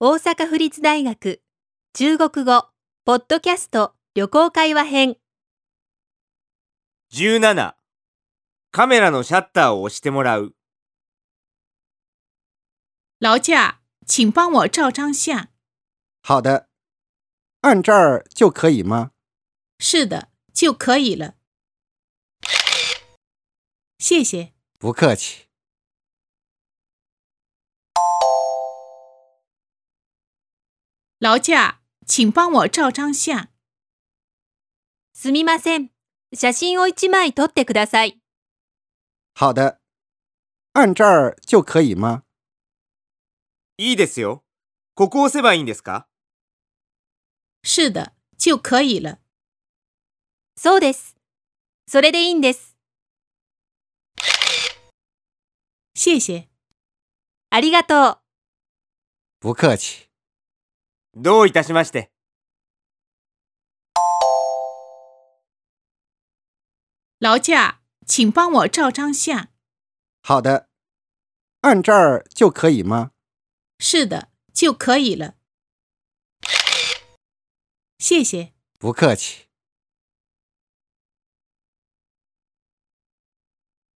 大阪府立大学中国語ポッドキャスト旅行会話編17カメラのシャッターを押してもらう劳驾，请帮我照张相。好的，按这儿就可以吗？是的，就可以了。谢谢。不客气。劳驾，请帮我照张相。すみません写真を一枚撮ってください好的，按这儿就可以吗？いいですよ。ここ押せばいいんですか是的，就可以了。そうですそれでいいんです谢谢。ありがとう不客气。どういたしまして。劳驾，请帮我照张相。好的，按这儿就可以吗？是的，就可以了。谢谢。不客气。